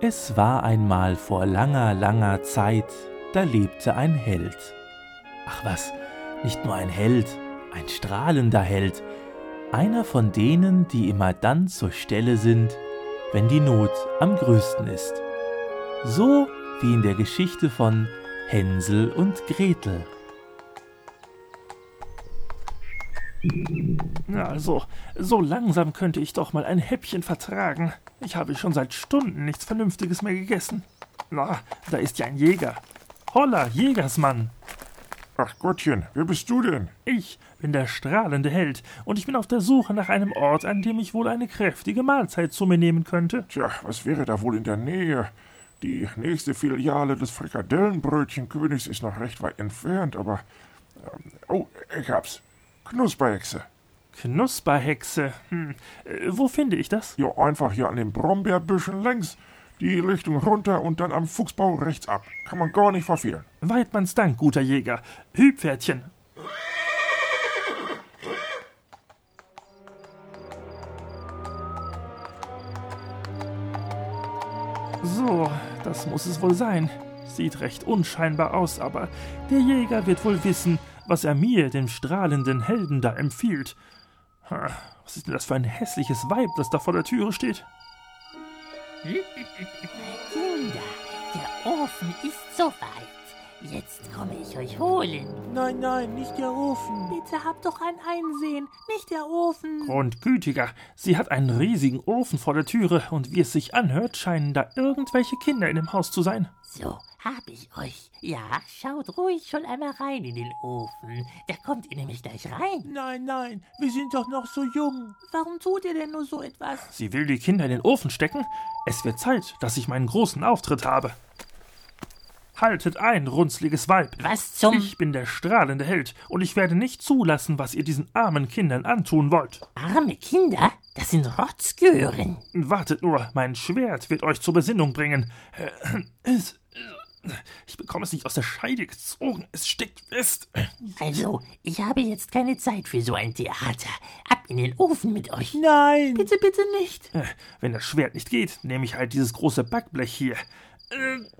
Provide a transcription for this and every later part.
Es war einmal vor langer, langer Zeit, da lebte ein Held. Ach was, nicht nur ein Held, ein strahlender Held, einer von denen, die immer dann zur Stelle sind, wenn die Not am größten ist. So wie in der Geschichte von Hänsel und Gretel. Also, so langsam könnte ich doch mal ein Häppchen vertragen. Ich habe schon seit Stunden nichts Vernünftiges mehr gegessen. Na, da ist ja ein Jäger. Holla, Jägersmann! Ach Gottchen, wer bist du denn? Ich bin der strahlende Held und ich bin auf der Suche nach einem Ort, an dem ich wohl eine kräftige Mahlzeit zu mir nehmen könnte. Tja, was wäre da wohl in der Nähe? Die nächste Filiale des Frikadellenbrötchenkönigs ist noch recht weit entfernt, aber. Ähm, oh, ich hab's. Knusperhexe. Knusperhexe. Hm. Äh, wo finde ich das? Ja, einfach hier an den Brombeerbüschen längs, die Richtung runter und dann am Fuchsbau rechts ab. Kann man gar nicht verfehlen. Weidmanns Dank, guter Jäger. Hübpferdchen. So, das muss es wohl sein. Sieht recht unscheinbar aus, aber der Jäger wird wohl wissen, was er mir, dem strahlenden Helden, da empfiehlt. Ha, Was ist denn das für ein hässliches Weib, das da vor der Türe steht? Kinder, der Ofen ist so weit. Jetzt komme ich euch holen. Nein, nein, nicht der Ofen. Bitte habt doch ein Einsehen, nicht der Ofen. Grundgütiger, sie hat einen riesigen Ofen vor der Türe und wie es sich anhört, scheinen da irgendwelche Kinder in dem Haus zu sein. So, hab ich euch. Ja, schaut ruhig schon einmal rein in den Ofen. Da kommt ihr nämlich gleich rein. Nein, nein, wir sind doch noch so jung. Warum tut ihr denn nur so etwas? Sie will die Kinder in den Ofen stecken? Es wird Zeit, dass ich meinen großen Auftritt habe. Haltet ein, runzliges Weib. Was zum... Ich bin der strahlende Held und ich werde nicht zulassen, was ihr diesen armen Kindern antun wollt. Arme Kinder? Das sind Rotzgören. Wartet nur, mein Schwert wird euch zur Besinnung bringen. Äh, Es- Ich bekomme es nicht aus der Scheide gezogen. Es steckt fest. Also, ich habe jetzt keine Zeit für so ein Theater. Ab in den Ofen mit euch. Nein. Bitte, bitte nicht. Wenn das Schwert nicht geht, nehme ich halt dieses große Backblech hier. Äh,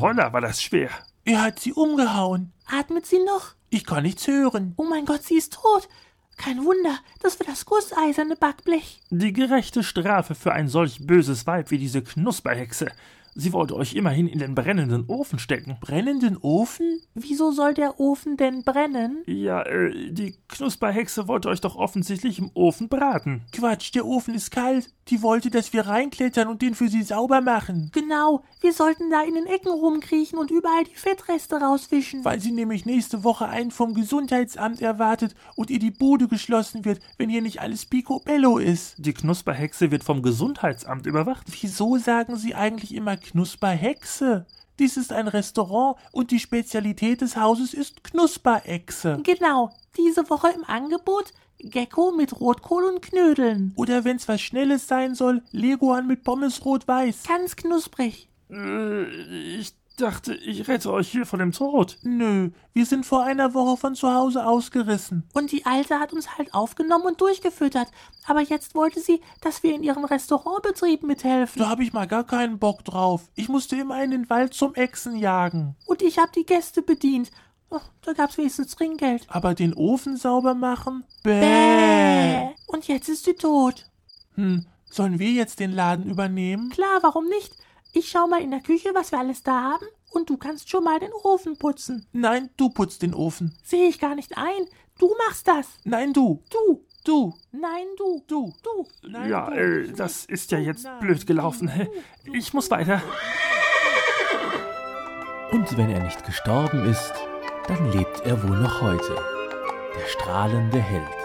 Holla, war das schwer. Er hat sie umgehauen. Atmet sie noch? Ich kann nichts hören. Oh mein Gott, sie ist tot. Kein Wunder, das war das gusseiserne Backblech. Die gerechte Strafe für ein solch böses Weib wie diese Knusperhexe. Sie wollte euch immerhin in den brennenden Ofen stecken. Brennenden Ofen? Wieso soll der Ofen denn brennen? Ja, äh, die Knusperhexe wollte euch doch offensichtlich im Ofen braten. Quatsch, der Ofen ist kalt. Die wollte, dass wir reinklettern und den für sie sauber machen. Genau, wir sollten da in den Ecken rumkriechen und überall die Fettreste rauswischen. Weil sie nämlich nächste Woche einen vom Gesundheitsamt erwartet und ihr die Bude geschlossen wird, wenn hier nicht alles picobello ist. Die Knusperhexe wird vom Gesundheitsamt überwacht. Wieso sagen Sie eigentlich immer Knusperhexe? Dies ist ein Restaurant und die Spezialität des Hauses ist Knusperechse. Genau, diese Woche im Angebot Gecko mit Rotkohl und Knödeln. Oder wenn's was Schnelles sein soll, Leguan mit Pommes rot-weiß. Ganz knusprig. Äh, ich dachte, ich rette euch hier von dem Tod. Nö, wir sind vor einer Woche von zu Hause ausgerissen. Und die Alte hat uns halt aufgenommen und durchgefüttert. Aber jetzt wollte sie, dass wir in ihrem Restaurantbetrieb mithelfen. Da hab ich mal gar keinen Bock drauf. Ich musste immer in den Wald zum Echsen jagen. Und ich habe die Gäste bedient. Oh, da gab's wenigstens Trinkgeld. Aber den Ofen sauber machen? Bäh. Äh, Und jetzt ist sie tot. Hm, sollen wir jetzt den Laden übernehmen? Klar, warum nicht? Ich schau mal in der Küche, was wir alles da haben. Und du kannst schon mal den Ofen putzen. Nein, du putzt den Ofen. Sehe ich gar nicht ein. Du machst das. Nein, du. Du. Du. Nein, du. Du. Du. Nein, ja, du. äh, das ist ja jetzt Nein, blöd gelaufen. Ich muss weiter. Und wenn er nicht gestorben ist, dann lebt er wohl noch heute. Der strahlende Held.